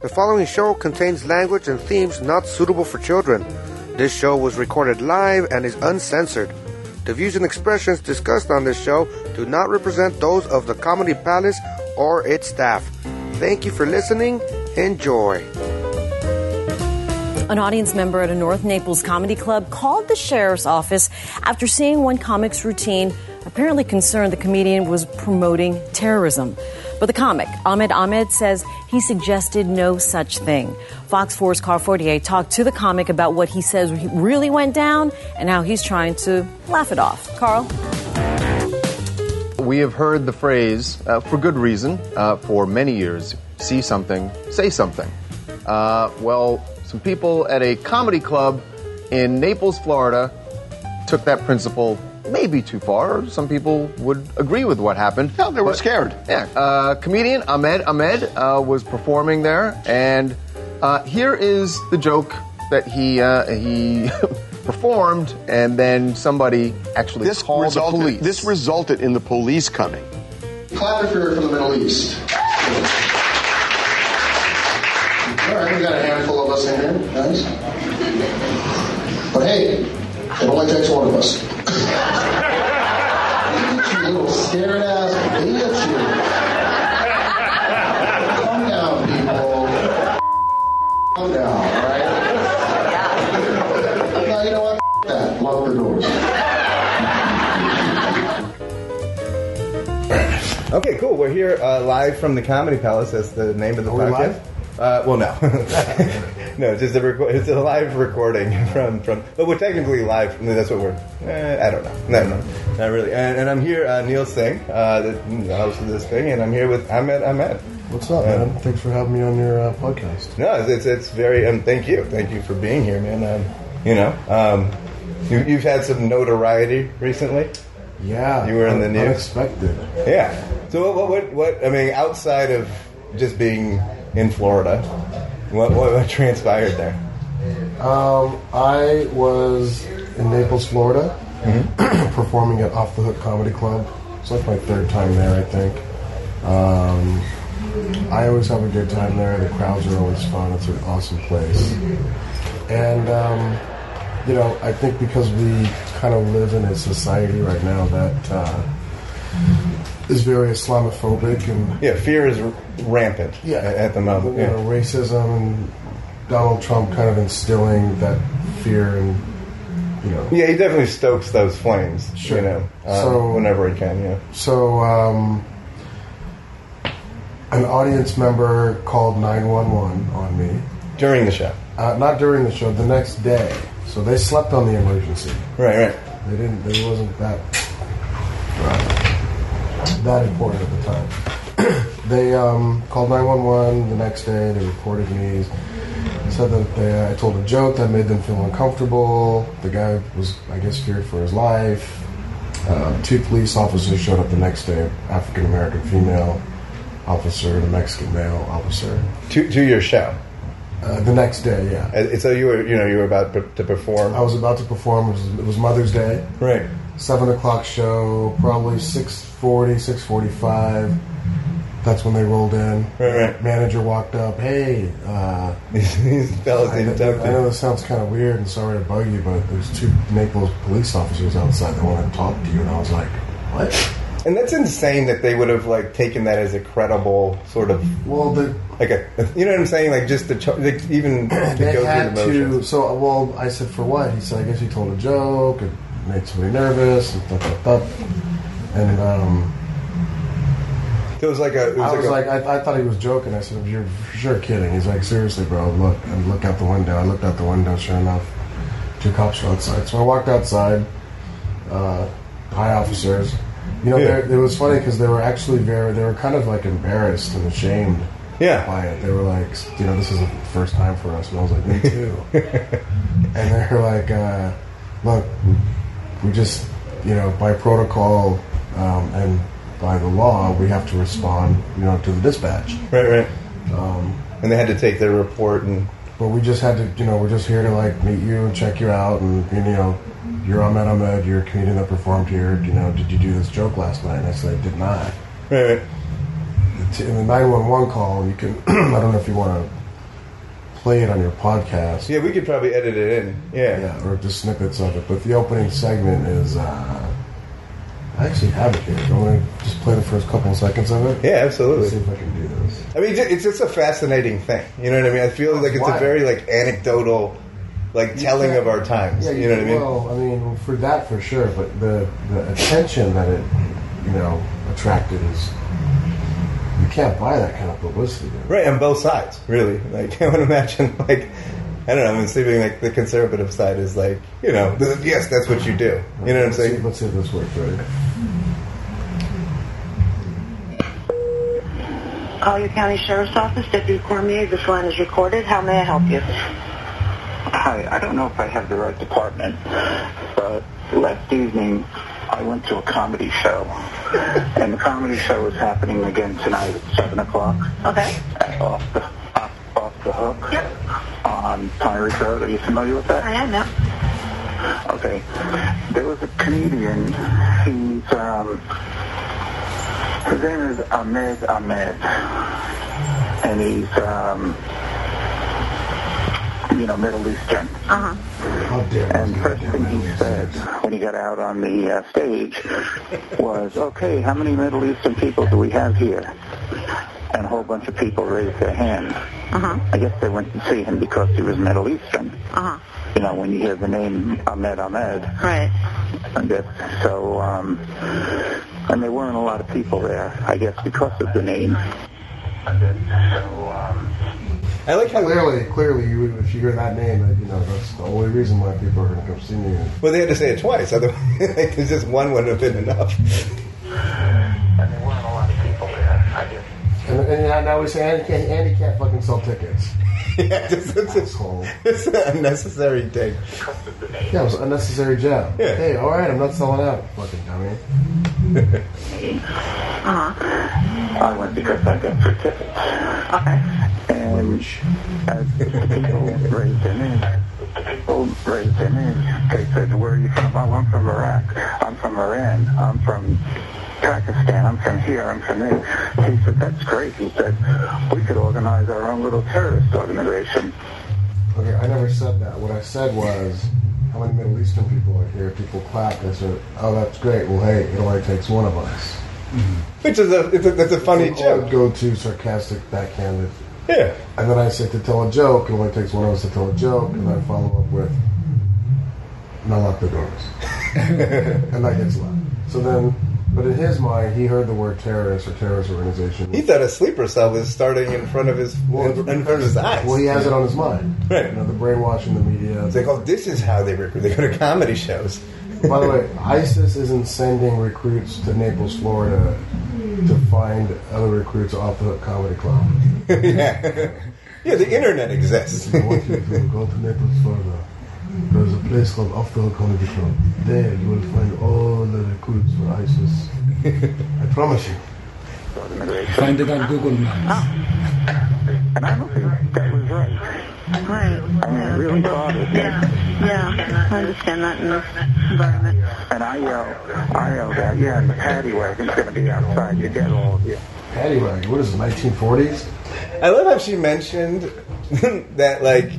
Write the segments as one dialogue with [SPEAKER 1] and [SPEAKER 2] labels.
[SPEAKER 1] The following show contains language and themes not suitable for children. This show was recorded live and is uncensored. The views and expressions discussed on this show do not represent those of the Comedy Palace or its staff. Thank you for listening. Enjoy.
[SPEAKER 2] An audience member at a North Naples comedy club called the sheriff's office after seeing one comic's routine, apparently concerned the comedian was promoting terrorism. But the comic, Ahmed Ahmed, says he suggested no such thing. Fox 4's Car Fortier talked to the comic about what he says really went down and how he's trying to laugh it off. Carl?
[SPEAKER 3] We have heard the phrase, uh, for good reason, uh, for many years see something, say something. Uh, well, some people at a comedy club in Naples, Florida, took that principle maybe too far. Some people would agree with what happened.
[SPEAKER 4] No, they were scared.
[SPEAKER 3] Yeah. Uh, comedian Ahmed Ahmed uh, was performing there, and uh, here is the joke that he uh, he performed, and then somebody actually
[SPEAKER 4] This
[SPEAKER 3] called
[SPEAKER 4] resulted,
[SPEAKER 3] the police.
[SPEAKER 4] this resulted in the police coming.
[SPEAKER 5] Clap if you're from the Middle East. All right, we got a handful of us in here. Nice. But hey, it only takes one of us. Look at you little scared ass bitch. you. Calm down, people. Calm down, all right? Now, you know what? F- that. Lock the doors.
[SPEAKER 6] Okay, cool. We're here uh, live from the Comedy Palace. That's the name of the
[SPEAKER 4] we
[SPEAKER 6] podcast. Uh, well, no, no, just a reco- it's a live recording from from. But we're technically live. From, that's what we're. Eh, I don't know. No, no, not really. And, and I'm here, uh, Neil Singh, uh, the host of this thing, and I'm here with Ahmed Ahmed. Um,
[SPEAKER 7] What's up, man? Thanks for having me on your uh, podcast.
[SPEAKER 6] No, it's it's, it's very. Um, thank you, thank you for being here, man. Um, you know, um, you, you've had some notoriety recently.
[SPEAKER 7] Yeah,
[SPEAKER 6] You were in the
[SPEAKER 7] un-
[SPEAKER 6] news.
[SPEAKER 7] Unexpected.
[SPEAKER 6] Yeah. So what, what? What? I mean, outside of just being in Florida, what, what, what transpired there?
[SPEAKER 7] Um, I was in Naples, Florida, performing at Off the Hook Comedy Club. It's like my third time there, I think. Um, I always have a good time there. The crowds are always fun. It's an awesome place. And, um, you know, I think because we kind of live in a society right now that uh, is very Islamophobic and
[SPEAKER 6] Yeah, fear is r- rampant.
[SPEAKER 7] yeah,
[SPEAKER 6] a- at the moment.
[SPEAKER 7] You know,
[SPEAKER 6] Yeah.
[SPEAKER 7] racism and Donald Trump kind of instilling that fear and you know.
[SPEAKER 6] Yeah, he definitely stokes those flames.
[SPEAKER 7] Sure.
[SPEAKER 6] You know, uh,
[SPEAKER 7] So-
[SPEAKER 6] whenever he can. Yeah.
[SPEAKER 7] So um, an audience member called nine one one on me,
[SPEAKER 6] During the show.
[SPEAKER 7] uh, not during the show, the next day. So they slept on the emergency.
[SPEAKER 6] Right. Right.
[SPEAKER 7] They didn't. It wasn't that that important at the time. they um, called 911 the next day. They reported me. Said that they, I told a joke that made them feel uncomfortable. The guy was, I guess, feared for his life. Uh, two police officers showed up the next day: African American female officer and a Mexican male officer.
[SPEAKER 6] To, to your show.
[SPEAKER 7] Uh, the next day, yeah,
[SPEAKER 6] And so you were, you know, you were about to, to perform.
[SPEAKER 7] I was about to perform. It was, it was Mother's Day.
[SPEAKER 6] Right.
[SPEAKER 7] seven o'clock show, probably 640, 645. That's when they rolled in.
[SPEAKER 6] Right, right.
[SPEAKER 7] Manager walked up. Hey, uh,
[SPEAKER 6] These, these fellas
[SPEAKER 7] I, I
[SPEAKER 6] need to talk to
[SPEAKER 7] know
[SPEAKER 6] you.
[SPEAKER 7] this sounds kind of weird and sorry to bug you, but there's two Naples police officers outside that want to talk to you, and I was like, what?
[SPEAKER 6] And that's insane that they would have like taken that as a credible sort of
[SPEAKER 7] Well, the,
[SPEAKER 6] like a, you know what I'm saying? Like just to ch- like even to
[SPEAKER 7] they
[SPEAKER 6] go
[SPEAKER 7] had
[SPEAKER 6] through the
[SPEAKER 7] to.
[SPEAKER 6] motions.
[SPEAKER 7] So, well, I said for what? He said, I guess you told a joke. It made somebody nervous. And, th- th- th- and um,
[SPEAKER 6] It was like a. It was
[SPEAKER 7] I
[SPEAKER 6] like,
[SPEAKER 7] was
[SPEAKER 6] a,
[SPEAKER 7] like, I, I thought he was joking. I said, "You're for sure kidding." He's like, "Seriously, bro, look!" I look out the window. I looked out the window. Sure enough, two cops were outside. So I walked outside. Uh, high officers. You know,
[SPEAKER 6] Yeah.
[SPEAKER 7] they're- it was funny because they were actually very. They were kind of like embarrassed and ashamed
[SPEAKER 6] yeah.
[SPEAKER 7] by it. They were like, "You know, this is the first time for us," and I was like, "Me too." and they were like, uh, "Look, we just, you know, by protocol um, and by the law, we have to respond, you know, to the dispatch."
[SPEAKER 6] Right, right.
[SPEAKER 7] um,
[SPEAKER 6] and they had to take their report and
[SPEAKER 7] But we just had to, you know, we're just here to like meet you and check you out, and you know, you're Ahmed Ahmed, you're a comedian that performed here. You know, did you do this joke last night? And I said, I did not.
[SPEAKER 6] right, right.
[SPEAKER 7] T- In the 911 call, you can, I don't know if you want to play it on your podcast.
[SPEAKER 6] Yeah, we could probably edit it in. Yeah.
[SPEAKER 7] Yeah, or just snippets of it. But the opening segment is. Uh, I actually have it here. Do you want to just play the first couple of seconds of it?
[SPEAKER 6] Yeah,
[SPEAKER 7] Let's see
[SPEAKER 6] absolutely.
[SPEAKER 7] if I can do this.
[SPEAKER 6] I mean, ju- it's just a fascinating thing. You know what I mean? I feel like it's a
[SPEAKER 7] Why?
[SPEAKER 6] very like anecdotal, like telling of our times.
[SPEAKER 7] Yeah,
[SPEAKER 6] you know what I mean?
[SPEAKER 7] Well, I mean, for that for sure, but the, the attention that it, you know, attracted is. You can't buy that kind of publicity. dude.
[SPEAKER 6] Right, on both sides, really. Like I would imagine, like I don't know. I'm assuming like the conservative side is like, you know, th- yes, that's what you do. You know what I'm
[SPEAKER 7] Let's see,
[SPEAKER 6] saying?
[SPEAKER 7] let's see if this works, right?
[SPEAKER 8] Collier County Sheriff's Office, Deputy Cormier, this line is recorded. How may I help you?
[SPEAKER 9] Hi, I don't know if I have the right department, but last evening I went to a comedy show, and the comedy show is happening again tonight at seven o'clock
[SPEAKER 8] Okay.
[SPEAKER 9] at off the off, off the hook
[SPEAKER 8] Yep.
[SPEAKER 9] on Pine Ridge Road. Are you familiar with that?
[SPEAKER 8] I am now.
[SPEAKER 9] Okay. There was a comedian. He's um, his name is Ahmed Ahmed, and he's um, you know Middle Eastern.
[SPEAKER 7] How dare
[SPEAKER 9] And
[SPEAKER 7] you?
[SPEAKER 9] first thing he said when he got out on the uh, stage was, okay, how many Middle Eastern people do we have here? And a whole bunch of people raised their hand. I guess they went to see him because he was Middle Eastern. You know, when you hear the name Ahmed Ahmed,
[SPEAKER 8] Right.
[SPEAKER 9] I guess so, um, and there weren't a lot of people there, I guess, because of the name. So, um,
[SPEAKER 6] I like how
[SPEAKER 7] Clearly, clearly, you would, if you hear that name, that, you know that's the only reason why people are going to come see you.
[SPEAKER 6] well they had to say it twice. Otherwise, like, there's just one would have been enough.
[SPEAKER 9] and there weren't a lot of people there, I guess.
[SPEAKER 7] And, and now- now we say Andy can't, Andy can't fucking sell tickets.
[SPEAKER 6] yeah, just, it's, just,
[SPEAKER 7] Asshole.
[SPEAKER 6] it's an unnecessary thing.
[SPEAKER 7] Yeah, it was an unnecessary jab.
[SPEAKER 6] Yeah.
[SPEAKER 7] Hey, all right, I'm not selling out, fucking dummy.
[SPEAKER 9] I went because I got free tickets. And as the people raised their name, the people raised their name. They said, where are you from? Oh, I'm from Iraq. I'm from Iran. I'm from Pakistan. I'm from here. I'm from there. He said, that's great. He said, we could organize our own little terrorist organization.
[SPEAKER 7] Okay, I never said that. What I said was, how many Middle Eastern people are here? People clap. I said, oh, that's great. Well, hey, it only takes one of us.
[SPEAKER 6] Which is a it's a that's a funny joke.
[SPEAKER 7] go-to sarcastic backhanded.
[SPEAKER 6] Yeah,
[SPEAKER 7] And then I say to tell a joke. It only takes one of us to tell a joke, and I follow up with, "Now lock the doors," and that gets loud. So then, but in his mind, he heard the word terrorist or terrorist organization.
[SPEAKER 6] he thought a sleeper cell was starting in front of his in front of his eyes.
[SPEAKER 7] well, he has it on his mind.
[SPEAKER 6] Right.
[SPEAKER 7] You know, the brainwashing, the media.
[SPEAKER 6] It's like, oh, this is how they recruit. They go to comedy shows.
[SPEAKER 7] By the way, ISIS isn't sending recruits to Naples, Florida, to find other recruits off the hook comedy club.
[SPEAKER 6] yeah, yeah. The internet exists.
[SPEAKER 7] I want you to go to Naples, Florida. There's a place called Off the Hook Comedy Club. There you will find all the recruits for ISIS. I promise you.
[SPEAKER 9] Organization.
[SPEAKER 10] Find it on Google Maps.
[SPEAKER 9] And I don't think that was right.
[SPEAKER 8] Right.
[SPEAKER 9] I mean, it really bothered me.
[SPEAKER 8] Yeah. Yeah. I understand that in this environment.
[SPEAKER 9] And I yelled, I yelled out, yeah, and the paddy wagon's going to be outside. You get all of you.
[SPEAKER 7] Anyway, what is it, 1940s?
[SPEAKER 6] I love how she mentioned that, like,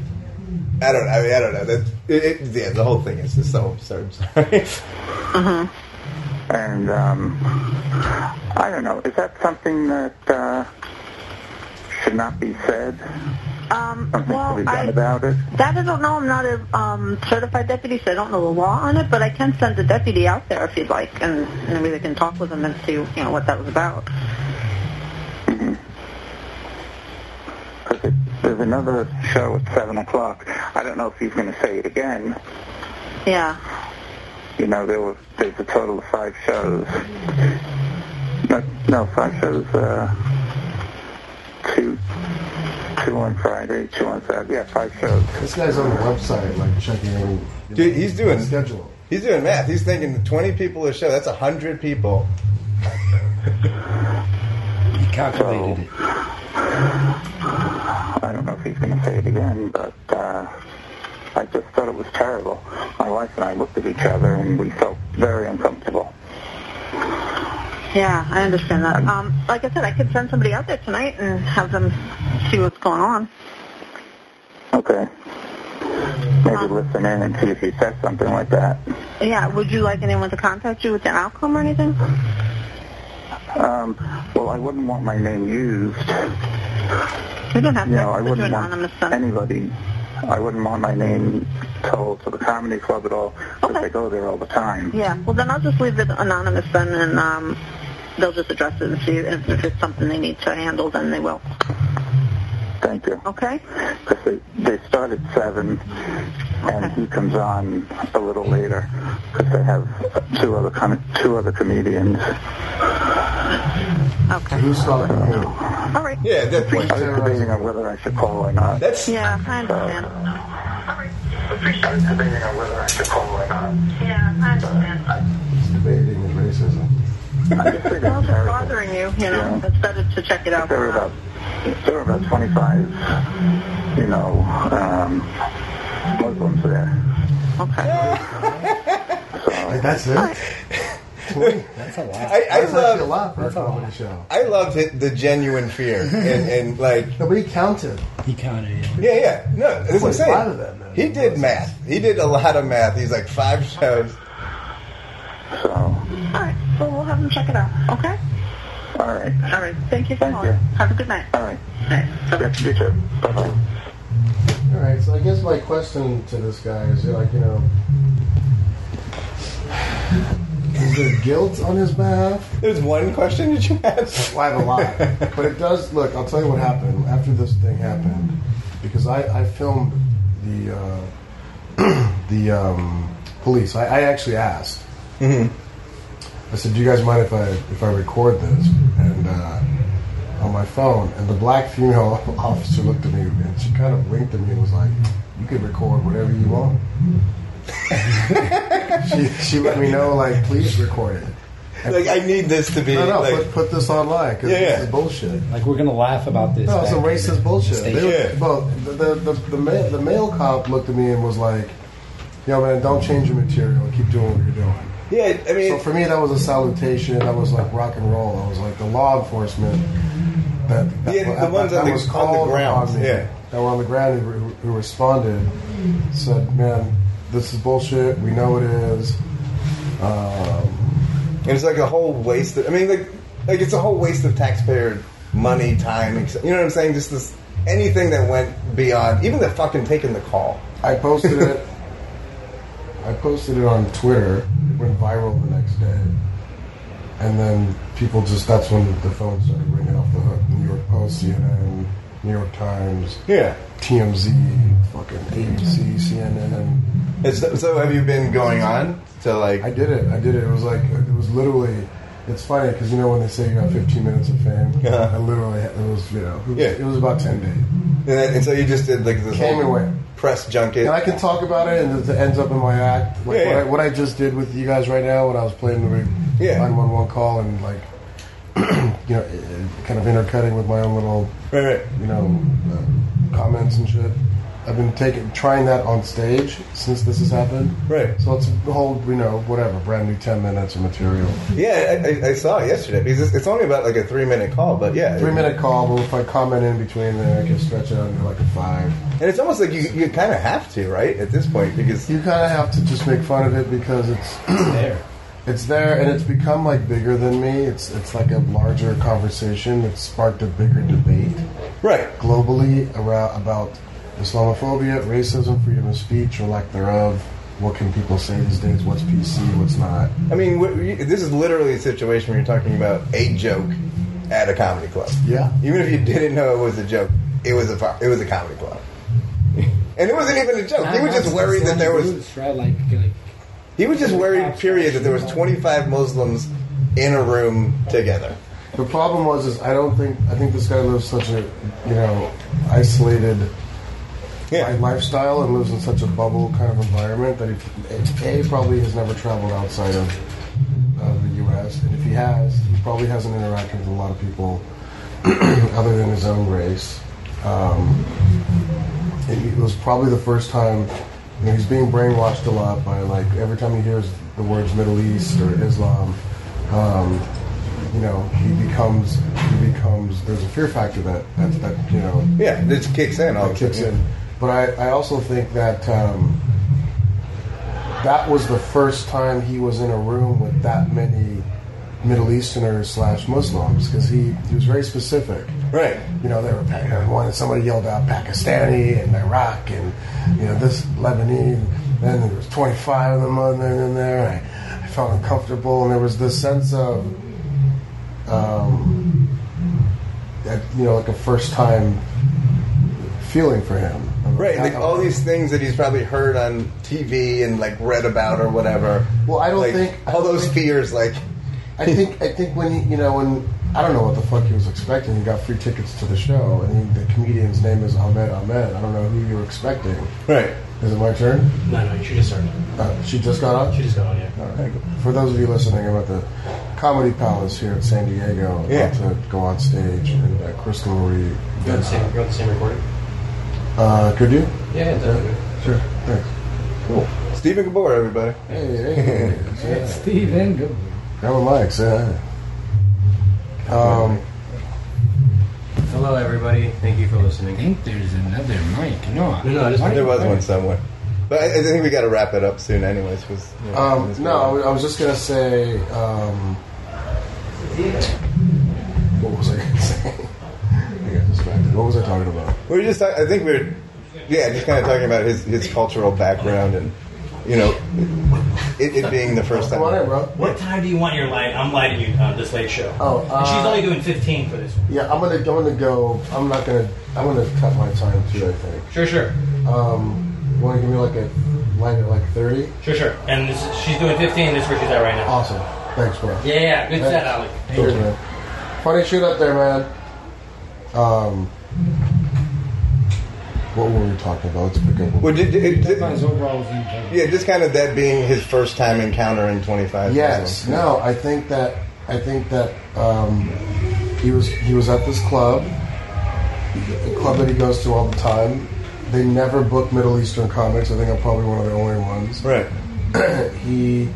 [SPEAKER 6] I don't, I mean, I don't know. That it, it, yeah, the whole thing is just so absurd. Sorry.
[SPEAKER 9] And um, I don't know. Is that something that uh, should not be said?
[SPEAKER 8] Um,
[SPEAKER 9] Something to be
[SPEAKER 8] well,
[SPEAKER 9] done
[SPEAKER 8] I,
[SPEAKER 9] about it?
[SPEAKER 8] that I don't know. I'm not a um, certified deputy, so I don't know the law on it, but I can send a deputy out there if you'd like, and, and we can talk with him and see, you know, what that was about.
[SPEAKER 9] 'Cause Mm-hmm. it, there's another show at seven o'clock. I don't know if he's going to say it again.
[SPEAKER 8] Yeah.
[SPEAKER 9] You know, there was there's a total of five shows. No, no five shows. Uh, two, two on Friday, two on Saturday. Yeah, five shows.
[SPEAKER 7] This guy's on the website, like checking in.
[SPEAKER 6] Dude, he's doing-
[SPEAKER 7] the schedule.
[SPEAKER 6] He's doing math. He's thinking twenty people a show. That's hundred people.
[SPEAKER 10] He calculated it.
[SPEAKER 9] I don't know if he's going to say it again, but uh, I just thought it was terrible. My wife and I looked at each other and we felt very uncomfortable.
[SPEAKER 8] Yeah, I understand that. Um, like I said, I could send somebody out there tonight and have them see what's going on.
[SPEAKER 9] Okay. Maybe listen in and see if he says something like that.
[SPEAKER 8] Um, Yeah, would you like anyone to contact you with an outcome or anything?
[SPEAKER 9] Um, well, I wouldn't want my name used.
[SPEAKER 8] You don't have
[SPEAKER 9] You
[SPEAKER 8] to.
[SPEAKER 9] know, I
[SPEAKER 8] It's
[SPEAKER 9] wouldn't
[SPEAKER 8] an
[SPEAKER 9] want anybody. I wouldn't want my name told to the comedy club at all because I go there all the time.
[SPEAKER 8] Yeah, well then I'll just leave it anonymous then, and um, they'll just address it and see if, if it's something they need to handle. Then they will.
[SPEAKER 9] Thank you.
[SPEAKER 8] Okay.
[SPEAKER 9] Because they, they start at 7, and he comes on a little later because they have two other, com- two other comedians.
[SPEAKER 8] Okay.
[SPEAKER 7] Who started
[SPEAKER 8] All right.
[SPEAKER 6] Yeah, at that point.
[SPEAKER 9] I was debating on whether I should call or not.
[SPEAKER 6] That's
[SPEAKER 8] Yeah, I understand.
[SPEAKER 9] I was debating on whether I should call or not.
[SPEAKER 8] Yeah, I understand.
[SPEAKER 7] Debating is racism.
[SPEAKER 9] I
[SPEAKER 8] Well,
[SPEAKER 9] just think it's
[SPEAKER 8] if it's
[SPEAKER 9] terrible.
[SPEAKER 8] bothering you, you know,
[SPEAKER 9] Yeah.
[SPEAKER 8] it's better to check it out.
[SPEAKER 9] There were about there were about 25, you know, um, Muslims there.
[SPEAKER 8] Okay.
[SPEAKER 10] That's
[SPEAKER 7] That's it.
[SPEAKER 10] a lot.
[SPEAKER 6] I, I
[SPEAKER 7] That's actually a
[SPEAKER 6] love.
[SPEAKER 7] lot for a comedy show.
[SPEAKER 6] I loved it, the genuine fear and, and like
[SPEAKER 7] Nobody counted.
[SPEAKER 10] He kind of.
[SPEAKER 6] yeah yeah no that's what I'm
[SPEAKER 7] There's a
[SPEAKER 6] saying.
[SPEAKER 7] lot of that, man.
[SPEAKER 6] He did math. He did a lot of math. He's like five shows.
[SPEAKER 9] So,
[SPEAKER 8] All right. Well, we'll have them check it out. Okay.
[SPEAKER 9] all right,
[SPEAKER 8] All right. Thank you so
[SPEAKER 9] Thank
[SPEAKER 8] much.
[SPEAKER 9] you.
[SPEAKER 8] Have a good night.
[SPEAKER 9] all right.
[SPEAKER 8] Bye.
[SPEAKER 9] Yeah, you too. Bye-bye.
[SPEAKER 7] All right, so I guess my question to this guy is like, you know, is there guilt on his behalf?
[SPEAKER 6] There's one question that you asked.
[SPEAKER 7] Well, I have a lot, but it does. Look, I'll tell you what happened after this thing happened, because I, I filmed the uh, the um, police. I, I actually asked.
[SPEAKER 6] Mm-hmm.
[SPEAKER 7] I said, "Do you guys mind if I if I record this?" And uh, on my phone, and the black female officer looked at me and she kind of winked at me and was like, "You can record whatever you want." she, she let me know, like, please record it.
[SPEAKER 6] Like I need this to be
[SPEAKER 7] No, no,
[SPEAKER 6] like
[SPEAKER 7] put, put this online because
[SPEAKER 6] Yeah,
[SPEAKER 7] this
[SPEAKER 6] yeah.
[SPEAKER 7] is bullshit.
[SPEAKER 10] Like we're gonna laugh about this.
[SPEAKER 7] No, it's
[SPEAKER 10] back in
[SPEAKER 7] some
[SPEAKER 10] the-
[SPEAKER 7] racist bullshit.
[SPEAKER 10] the
[SPEAKER 7] They,
[SPEAKER 6] Yeah.
[SPEAKER 7] Well, the the, the, the, ma- the male cop looked at me and was like, "Yo, man, don't change your material. Keep doing what you're doing."
[SPEAKER 6] yeah. I mean
[SPEAKER 7] So for me, that was a salutation. That was like rock and roll. I was like the law enforcement that, that,
[SPEAKER 6] Yeah, the
[SPEAKER 7] that-
[SPEAKER 6] ones
[SPEAKER 7] that
[SPEAKER 6] on the-
[SPEAKER 7] was
[SPEAKER 6] on the
[SPEAKER 7] called
[SPEAKER 6] ground,
[SPEAKER 7] on me,
[SPEAKER 6] yeah.
[SPEAKER 7] that were on the ground who, who- who responded said, "Man, this is bullshit. We know it is." Um,
[SPEAKER 6] And it's like a whole waste. Of, I mean, like, like it's a whole waste of taxpayer money, time. ex- You know what I'm saying? Just this anything that went beyond, even the fucking taking the call.
[SPEAKER 7] I posted it. I posted it on Twitter. It went viral the next day, and then people just—that's when the phone started ringing off the hook. New York Post, CNN, New York Times,
[SPEAKER 6] Yeah.
[SPEAKER 7] TMZ, fucking ABC, CNN.
[SPEAKER 6] It's, so have you been going on to like?
[SPEAKER 7] I did it. I did it. It was like it was literally. It's funny because you know when they say you got 15 minutes of fame.
[SPEAKER 6] Yeah.
[SPEAKER 7] I literally it was you know it was,
[SPEAKER 6] Yeah.
[SPEAKER 7] it was about 10 days.
[SPEAKER 6] and, then, and so you just did like this
[SPEAKER 7] Came and
[SPEAKER 6] whole
[SPEAKER 7] went.
[SPEAKER 6] press junket.
[SPEAKER 7] And I can talk about it, and it ends up in my act. Like
[SPEAKER 6] Yeah,
[SPEAKER 7] what,
[SPEAKER 6] yeah.
[SPEAKER 7] I, what I just did with you guys right now when I was playing the
[SPEAKER 6] Yeah.
[SPEAKER 7] 911 call and like you know it- it kind of intercutting with my own little
[SPEAKER 6] right, right.
[SPEAKER 7] you know uh, comments and shit. I've been taking trying that on stage since this has happened.
[SPEAKER 6] Right.
[SPEAKER 7] So it's the whole, you know, whatever, brand new 10 minutes of material.
[SPEAKER 6] Yeah, I, I, I saw it yesterday because it's, it's only about like a three minute call, but yeah,
[SPEAKER 7] Three minute call, but if I comment in between there, I can stretch it out into like a five.
[SPEAKER 6] And it's almost like you you kind of have to right at this point because
[SPEAKER 7] You kind of have to just make fun of it because it's
[SPEAKER 10] there.
[SPEAKER 7] it's there and it's become like bigger than me. It's it's like a larger conversation. It's sparked a bigger debate
[SPEAKER 6] right.
[SPEAKER 7] globally around about Islamophobia, racism, freedom of speech, or lack thereof. What can people say these days? What's PC? What's not?
[SPEAKER 6] I mean, wh- you- this is literally a situation where you're talking about a joke at a comedy club.
[SPEAKER 7] Yeah.
[SPEAKER 6] Even if you didn't know it was a joke, it was a fu- it was a comedy club, and it wasn't even a joke. He was just worried that there was
[SPEAKER 10] Right, like, like
[SPEAKER 6] he was just worried. Period. That there was 25 Muslims in a room together.
[SPEAKER 7] The problem was is I don't think I think this guy lives such a you know isolated li- lifestyle and lives in such a bubble kind of environment that he a probably has never traveled outside of uh, the U.S. and if he has, he probably hasn't interacted with a lot of people other than his own race. Um, it, it was probably the first time. You know, he's being brainwashed a lot by like every time he hears the words Middle East or Islam. Um, you know, he becomes he becomes there's a fear factor that that, that you know
[SPEAKER 6] Yeah, this kicks in. All
[SPEAKER 7] that kicks in. But I, I also think that um, that was the first time he was in a room with that many Middle Easterners slash Muslims because he, he was very specific.
[SPEAKER 6] Right.
[SPEAKER 7] You know, they were pa- one somebody yelled out Pakistani and Iraq and you know this Lebanese. Then there was 25 of them on there in there. I, I felt uncomfortable, and there was this sense of um, that, you know like a first time feeling for him.
[SPEAKER 6] Right, like all these things that he's probably heard on TV and like read about or whatever.
[SPEAKER 7] Well, I don't
[SPEAKER 6] Like,
[SPEAKER 7] think
[SPEAKER 6] all those fears. Like,
[SPEAKER 7] I think I think when he, you know when I don't know what the fuck he was expecting. He got free tickets to the show, and he, the comedian's name is Ahmed Ahmed. I don't know who you were expecting.
[SPEAKER 6] Right.
[SPEAKER 7] Is it my turn?
[SPEAKER 10] No, no, she just started.
[SPEAKER 7] Uh, she just got on.
[SPEAKER 10] She just got on. Yeah.
[SPEAKER 7] All right. For those of you listening, I'm at the Comedy Palace here at San Diego. About
[SPEAKER 10] Yeah.
[SPEAKER 7] to go on stage, and uh, Crystal Marie.
[SPEAKER 11] You're on the same, you're on the same recording?
[SPEAKER 7] Uh, could you?
[SPEAKER 11] Yeah, definitely.
[SPEAKER 7] Sure. Thanks. Cool.
[SPEAKER 6] Stephen Gabor, everybody.
[SPEAKER 7] Hey, hey.
[SPEAKER 10] Hey, Steven, good.
[SPEAKER 7] Grab a mic. Say hi. Um,
[SPEAKER 11] Hello, everybody. Thank you for listening. I
[SPEAKER 10] think there's another mic. No,
[SPEAKER 11] no, I just,
[SPEAKER 6] there was one somewhere, but I, I think we got to wrap it up soon, anyways. Was
[SPEAKER 7] Um, no, I was- I was just gonna say. Um, what was I gonna say? I got distracted. What was I talking about?
[SPEAKER 6] we were just. Talk- I think we were, yeah, just kind of talking about his his cultural background and you know it, it being the first time.
[SPEAKER 11] What time do you want your light? I'm lighting you on this late show.
[SPEAKER 7] Oh,
[SPEAKER 11] and she's
[SPEAKER 7] uh,
[SPEAKER 11] only doing 15 for this.
[SPEAKER 7] Yeah, I'm gonna, I'm gonna go. I'm not gonna. I'm gonna cut my time too. I think.
[SPEAKER 11] Sure, sure,
[SPEAKER 7] Um, you wanna give me like a line at like thirty?
[SPEAKER 11] sure, sure. And this, is- she's doing 15. This is where she's at right now.
[SPEAKER 7] Awesome. Thanks, bro.
[SPEAKER 11] Yeah, yeah, good set, Alec. Oh. Thank
[SPEAKER 7] Cheers,
[SPEAKER 11] you.
[SPEAKER 7] man. Funny shoot up there, man. Um, what were we talking about? Let's pick up.
[SPEAKER 6] Well, did, did, did-
[SPEAKER 10] overall was
[SPEAKER 6] yeah, just kind of that being his first time encountering twenty five.
[SPEAKER 7] Yes. No. I think that I think that um, he was he was at this club, a club that he goes to all the time. They never book Middle Eastern comics. I think I'm probably one of the only ones.
[SPEAKER 6] Right.
[SPEAKER 7] he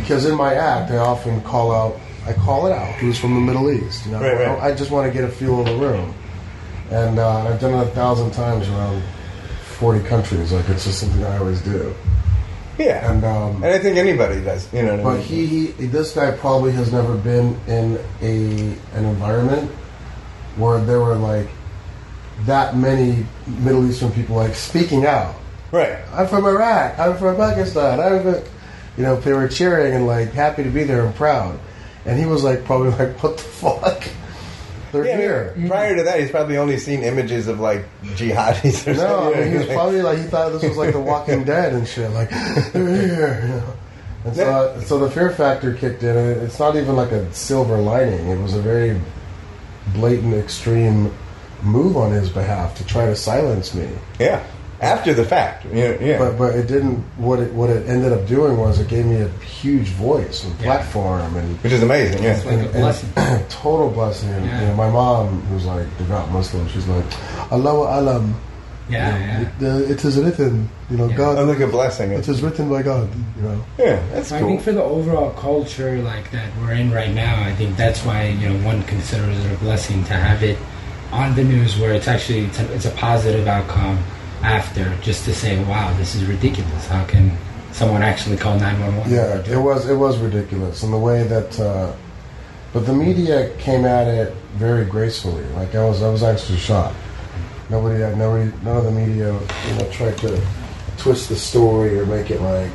[SPEAKER 7] because in my act I often call out I call it out who's from the Middle East. You know,
[SPEAKER 6] Right, right.
[SPEAKER 7] I just want to get a feel of the room, and uh, I've done it a thousand times around forty countries. Like it's just something I always do.
[SPEAKER 6] Yeah,
[SPEAKER 7] And um,
[SPEAKER 6] and I think anybody does. You know what I
[SPEAKER 7] but
[SPEAKER 6] mean?
[SPEAKER 7] he, he, this guy probably has never been in a an environment where there were like that many Middle Eastern people like speaking out.
[SPEAKER 6] right.
[SPEAKER 7] I'm from Iraq. I'm from Pakistan. I'm, from-" you know, they were cheering and like happy to be there and proud. And he was like probably like, what the fuck? They're
[SPEAKER 6] Yeah, I mean,
[SPEAKER 7] here.
[SPEAKER 6] Prior to that, he's probably only seen images of like jihadis or
[SPEAKER 7] No,
[SPEAKER 6] something.
[SPEAKER 7] I mean, he was probably like he thought this was like The Walking Dead and shit. Like they're here, you know. And so, uh, so the fear factor kicked in, and it's not even like a silver lining. It was a very blatant, extreme move on his behalf to try to silence me.
[SPEAKER 6] yeah. After the fact, yeah, yeah.
[SPEAKER 7] But but it didn't. What it what it ended up doing was it gave me a huge voice and platform and
[SPEAKER 6] which is amazing. Yeah,
[SPEAKER 10] like a blessing.
[SPEAKER 7] total blessing. And,
[SPEAKER 10] Yeah.
[SPEAKER 7] you know, my mom, who's like devout Muslim, she's like, Allahu Alam.
[SPEAKER 10] Yeah,
[SPEAKER 7] It,
[SPEAKER 10] yeah.
[SPEAKER 7] uh, it is written, you know,
[SPEAKER 10] Yeah.
[SPEAKER 7] God.
[SPEAKER 6] Oh, like a blessing.
[SPEAKER 7] It is written by God, you know.
[SPEAKER 6] Yeah, that's
[SPEAKER 10] I
[SPEAKER 6] cool.
[SPEAKER 10] think for the overall culture like that we're in right now, I think that's why you know one considers it a blessing to have it on the news where it's actually it's a, it's a positive outcome after just to say wow this is ridiculous how can someone actually call 911
[SPEAKER 7] Yeah, it was it was ridiculous in the way that, uh, but the media came at it very gracefully. Like I was I was actually shocked. Nobody nobody none of the media you know tried to twist the story or make it like,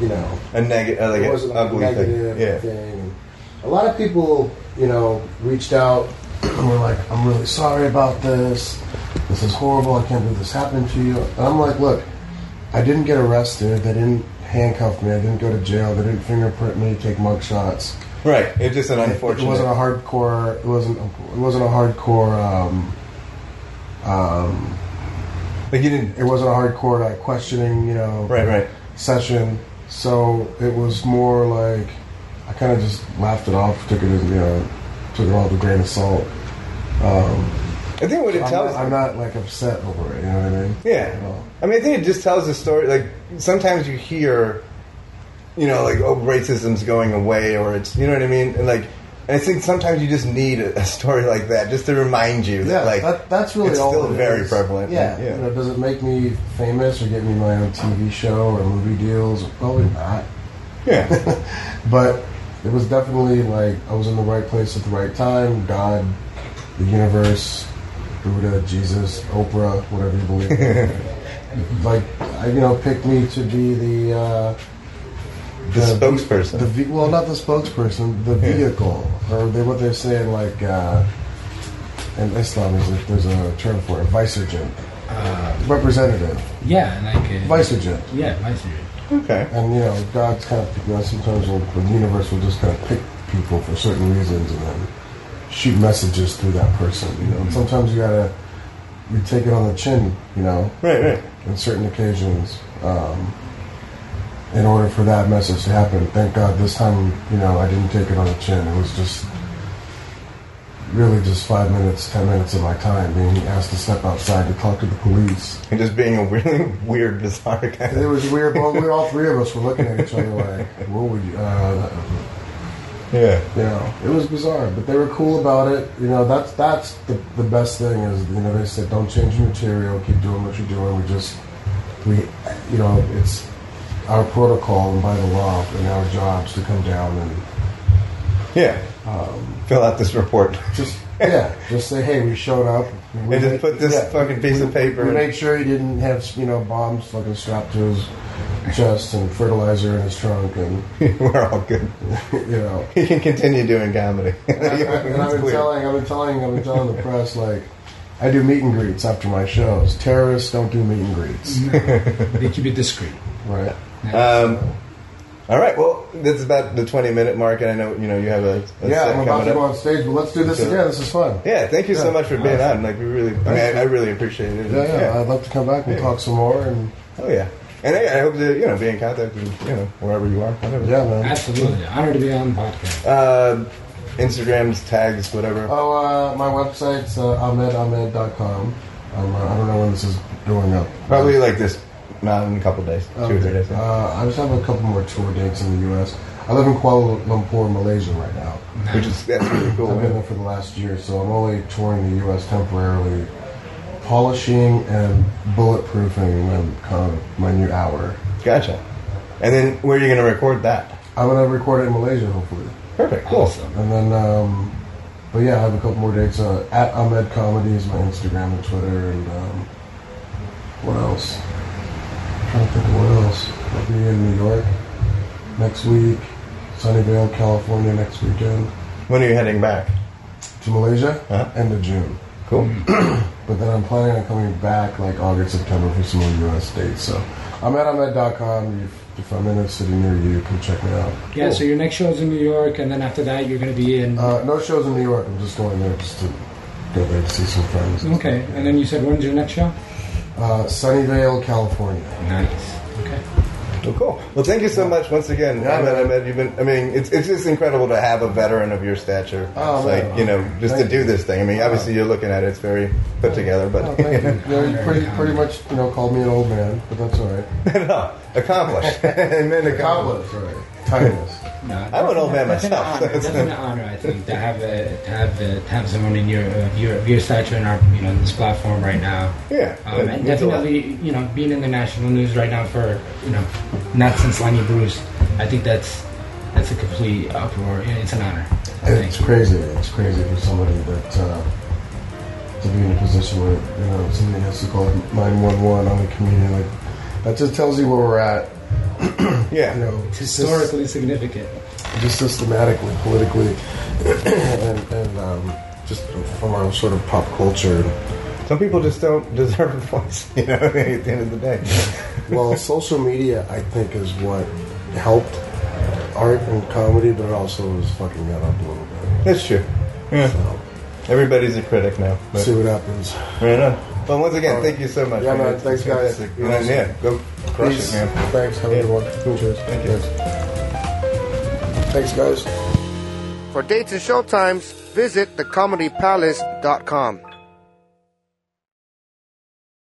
[SPEAKER 7] you know,
[SPEAKER 6] a negative, like
[SPEAKER 7] it
[SPEAKER 6] an
[SPEAKER 7] wasn't like a
[SPEAKER 6] ugly
[SPEAKER 7] negative
[SPEAKER 6] thing. Yeah,
[SPEAKER 7] thing. A lot of people, you know, reached out and were like, "I'm really sorry about this. This is horrible. I can't believe this happened to you." And I'm like, "Look, I didn't get arrested. They didn't handcuff me. I didn't go to jail. They didn't fingerprint me, take mug shots.
[SPEAKER 6] right. It's just an
[SPEAKER 7] It- It wasn't a
[SPEAKER 6] unfortunate.
[SPEAKER 7] hardcore. It wasn't. It wasn't a hardcore. Um, um,
[SPEAKER 6] Like you didn't.
[SPEAKER 7] it wasn't a hardcore like questioning. You know,
[SPEAKER 6] Right, right.
[SPEAKER 7] session, so it was more like I kind of just laughed it off, took it as you know, took it all with a grain of salt. Um,
[SPEAKER 6] I think what it
[SPEAKER 7] I'm,
[SPEAKER 6] tells.
[SPEAKER 7] not, I'm not like upset over it. You know what I mean? At
[SPEAKER 6] yeah,
[SPEAKER 7] all.
[SPEAKER 6] I mean, I think it just tells the story. Like sometimes you hear, you know, like oh, racism's going away, or it's you know what I mean, and like And I think sometimes you just need a, a story like that just to remind you that
[SPEAKER 7] Yeah,
[SPEAKER 6] like
[SPEAKER 7] that- that's really
[SPEAKER 6] it's
[SPEAKER 7] all
[SPEAKER 6] still
[SPEAKER 7] it
[SPEAKER 6] very
[SPEAKER 7] is.
[SPEAKER 6] prevalent.
[SPEAKER 7] Yeah. You know, does it make me famous or get me my own TV show or movie deals? Probably not. Yeah. but it was definitely like I was in the right place at the right time. God, the universe, Buddha, Jesus, Oprah, whatever you believe. in. like, I, you know, picked me to be the. Uh,
[SPEAKER 6] The spokesperson.
[SPEAKER 7] The ve- well, not the spokesperson, the vehicle, or they, what they're saying, like uh, in Islam, there's a, there's a term for it, vicegerent, representative,
[SPEAKER 10] Yeah, like uh,
[SPEAKER 7] vicegerent.
[SPEAKER 10] Yeah, vicegerent.
[SPEAKER 6] Okay.
[SPEAKER 7] And you know, God's kind of you know, sometimes will, the universe will just kind of pick people for certain reasons and then shoot messages through that person. You know, sometimes you gotta you take it on the chin. You know,
[SPEAKER 6] right, right.
[SPEAKER 7] In certain occasions, um, in order for that message to happen, thank God this time you know I didn't take it on the chin. It was just really just five minutes, ten minutes of my time being asked to step outside to talk to the police.
[SPEAKER 6] And just being a really weird, bizarre guy.
[SPEAKER 7] It was weird. Well, we were all three of us were looking at each other like, "What would you?" Uh,
[SPEAKER 6] yeah.
[SPEAKER 7] You know, it was bizarre, but they were cool about it. You know, that's that's the, the best thing is you know they said don't change your material, keep doing what you're doing. We just we you know it's our protocol and by the law and our jobs to come down and
[SPEAKER 6] yeah Um, fill out this report.
[SPEAKER 7] Just yeah, just say hey, we showed up. We
[SPEAKER 6] And just put this fucking piece
[SPEAKER 7] we-
[SPEAKER 6] of paper
[SPEAKER 7] We
[SPEAKER 6] in.
[SPEAKER 7] made sure he didn't have you know bombs fucking strapped to his chest and fertilizer in his trunk and
[SPEAKER 6] we're all good.
[SPEAKER 7] you know.
[SPEAKER 6] He can continue doing comedy.
[SPEAKER 7] And I- and I've been telling, I've been telling, I've been telling the press like, I do meet and greets after my shows. Terrorists don't do meet and greets.
[SPEAKER 10] they keep it discreet.
[SPEAKER 7] Right.
[SPEAKER 6] Um, all right. Well, this is about the twenty-minute mark, and I know you know you have a, a
[SPEAKER 7] yeah,
[SPEAKER 6] set
[SPEAKER 7] I'm
[SPEAKER 6] coming
[SPEAKER 7] about to
[SPEAKER 6] up.
[SPEAKER 7] go on stage, but let's do this
[SPEAKER 6] So-
[SPEAKER 7] again. This is fun.
[SPEAKER 6] Yeah, thank you so
[SPEAKER 7] Yeah.
[SPEAKER 6] much for being on. Like we really, I mean, I, I really appreciate it.
[SPEAKER 7] Yeah, yeah, I'd love to come back and
[SPEAKER 6] Yeah.
[SPEAKER 7] talk some more. And
[SPEAKER 6] Oh yeah, and I, I hope to you know be in contact with you know wherever you are. Whatever.
[SPEAKER 7] Yeah, man.
[SPEAKER 10] Absolutely. Honored to be on the podcast.
[SPEAKER 6] Uh, Instagrams, tags, whatever.
[SPEAKER 7] oh, uh, my website's uh, ahmedahmed.com. Um, uh, I don't know when this is going up.
[SPEAKER 6] Probably like this, not in a couple days, two or three days.
[SPEAKER 7] Uh, I just have a couple more tour dates in the U.S. I live in Kuala Lumpur, Malaysia, right now,
[SPEAKER 6] Which is that's really cool.
[SPEAKER 7] I've been
[SPEAKER 6] man.
[SPEAKER 7] there for the last year, so I'm only touring the U.S. temporarily, polishing and bulletproofing my kind of my new hour.
[SPEAKER 6] Gotcha. And then where are you going to record that?
[SPEAKER 7] I'm gonna record it in Malaysia, hopefully.
[SPEAKER 6] Perfect. Cool.
[SPEAKER 7] And then, um, but yeah, I have a couple more dates. Uh, at Ahmed Comedy is my Instagram and Twitter, and um, what else? I'm trying to think of what else. I'll be in New York next week, Sunnyvale, California next weekend.
[SPEAKER 6] When are you heading back?
[SPEAKER 7] To Malaysia? End of June.
[SPEAKER 6] Cool.
[SPEAKER 7] Mm. but then I'm planning on coming back like August, September for some more U.S. dates. So I'm at ahmed.com. If, if I'm in a city near you, come check me out.
[SPEAKER 10] Yeah, so your next show's in New York, and then after that, you're going to be in.
[SPEAKER 7] Uh, no shows in New York. I'm just going there just to go there to see some friends.
[SPEAKER 10] okay, and then you said when's your next show?
[SPEAKER 7] Uh, Sunnyvale, California.
[SPEAKER 10] Nice. Okay.
[SPEAKER 6] Well, cool. Well, thank you so much once again.
[SPEAKER 7] Yeah,
[SPEAKER 6] Ahmed,
[SPEAKER 7] man.
[SPEAKER 6] Ahmed, you've been. I mean, it's, it's just incredible to have a veteran of your stature.
[SPEAKER 7] Oh,
[SPEAKER 6] It's
[SPEAKER 7] man.
[SPEAKER 6] like you know, just to
[SPEAKER 7] Thank
[SPEAKER 6] do this thing. I mean, obviously you're looking at it; it's very put together, but
[SPEAKER 7] Oh, thank you. You know, you pretty, pretty much, you know, called me an old man, but that's all right.
[SPEAKER 6] no, accomplished. and then accomplished.
[SPEAKER 7] That's all right. Timeless.
[SPEAKER 10] No,
[SPEAKER 6] I'm an old man
[SPEAKER 10] that's an
[SPEAKER 6] myself.
[SPEAKER 10] honor. That's an honor, I think, to have a, to have a, to have someone in your of your of your stature in our you know this platform right now.
[SPEAKER 6] Yeah,
[SPEAKER 7] Oh,
[SPEAKER 10] Um,
[SPEAKER 6] it
[SPEAKER 10] and
[SPEAKER 6] means a lot.
[SPEAKER 10] definitely, you know, being in the national news right now for you know, not since Lenny Bruce. I think that's that's a complete uproar. Yeah, It's an honor.
[SPEAKER 7] It's crazy. It's crazy for somebody that uh, to be in a position where you know somebody has to call nine one one on a community like that. Just tells you where we're at.
[SPEAKER 6] Yeah.
[SPEAKER 7] you know,
[SPEAKER 10] It's historically significant.
[SPEAKER 7] just, just systematically, politically, and, and um, just from our sort of pop culture.
[SPEAKER 6] Some people just don't deserve a voice. You know, at the end of the day.
[SPEAKER 7] well, social media, I think, is what helped art and comedy, but it also was fucking that up a little bit.
[SPEAKER 6] That's true. Yeah. Everybody's a critic now. but-
[SPEAKER 7] See what happens.
[SPEAKER 6] Right on. Well, once again, thank you so much.
[SPEAKER 7] Yeah, man,
[SPEAKER 6] It's
[SPEAKER 7] thanks, guys.
[SPEAKER 6] fantastic. And then, yeah, go crush
[SPEAKER 7] Peace.
[SPEAKER 6] it, man.
[SPEAKER 7] Thanks. Have a good one. Cheers.
[SPEAKER 6] Thank you.
[SPEAKER 7] Thanks, guys.
[SPEAKER 1] For dates and showtimes, visit thecomedypalace.com.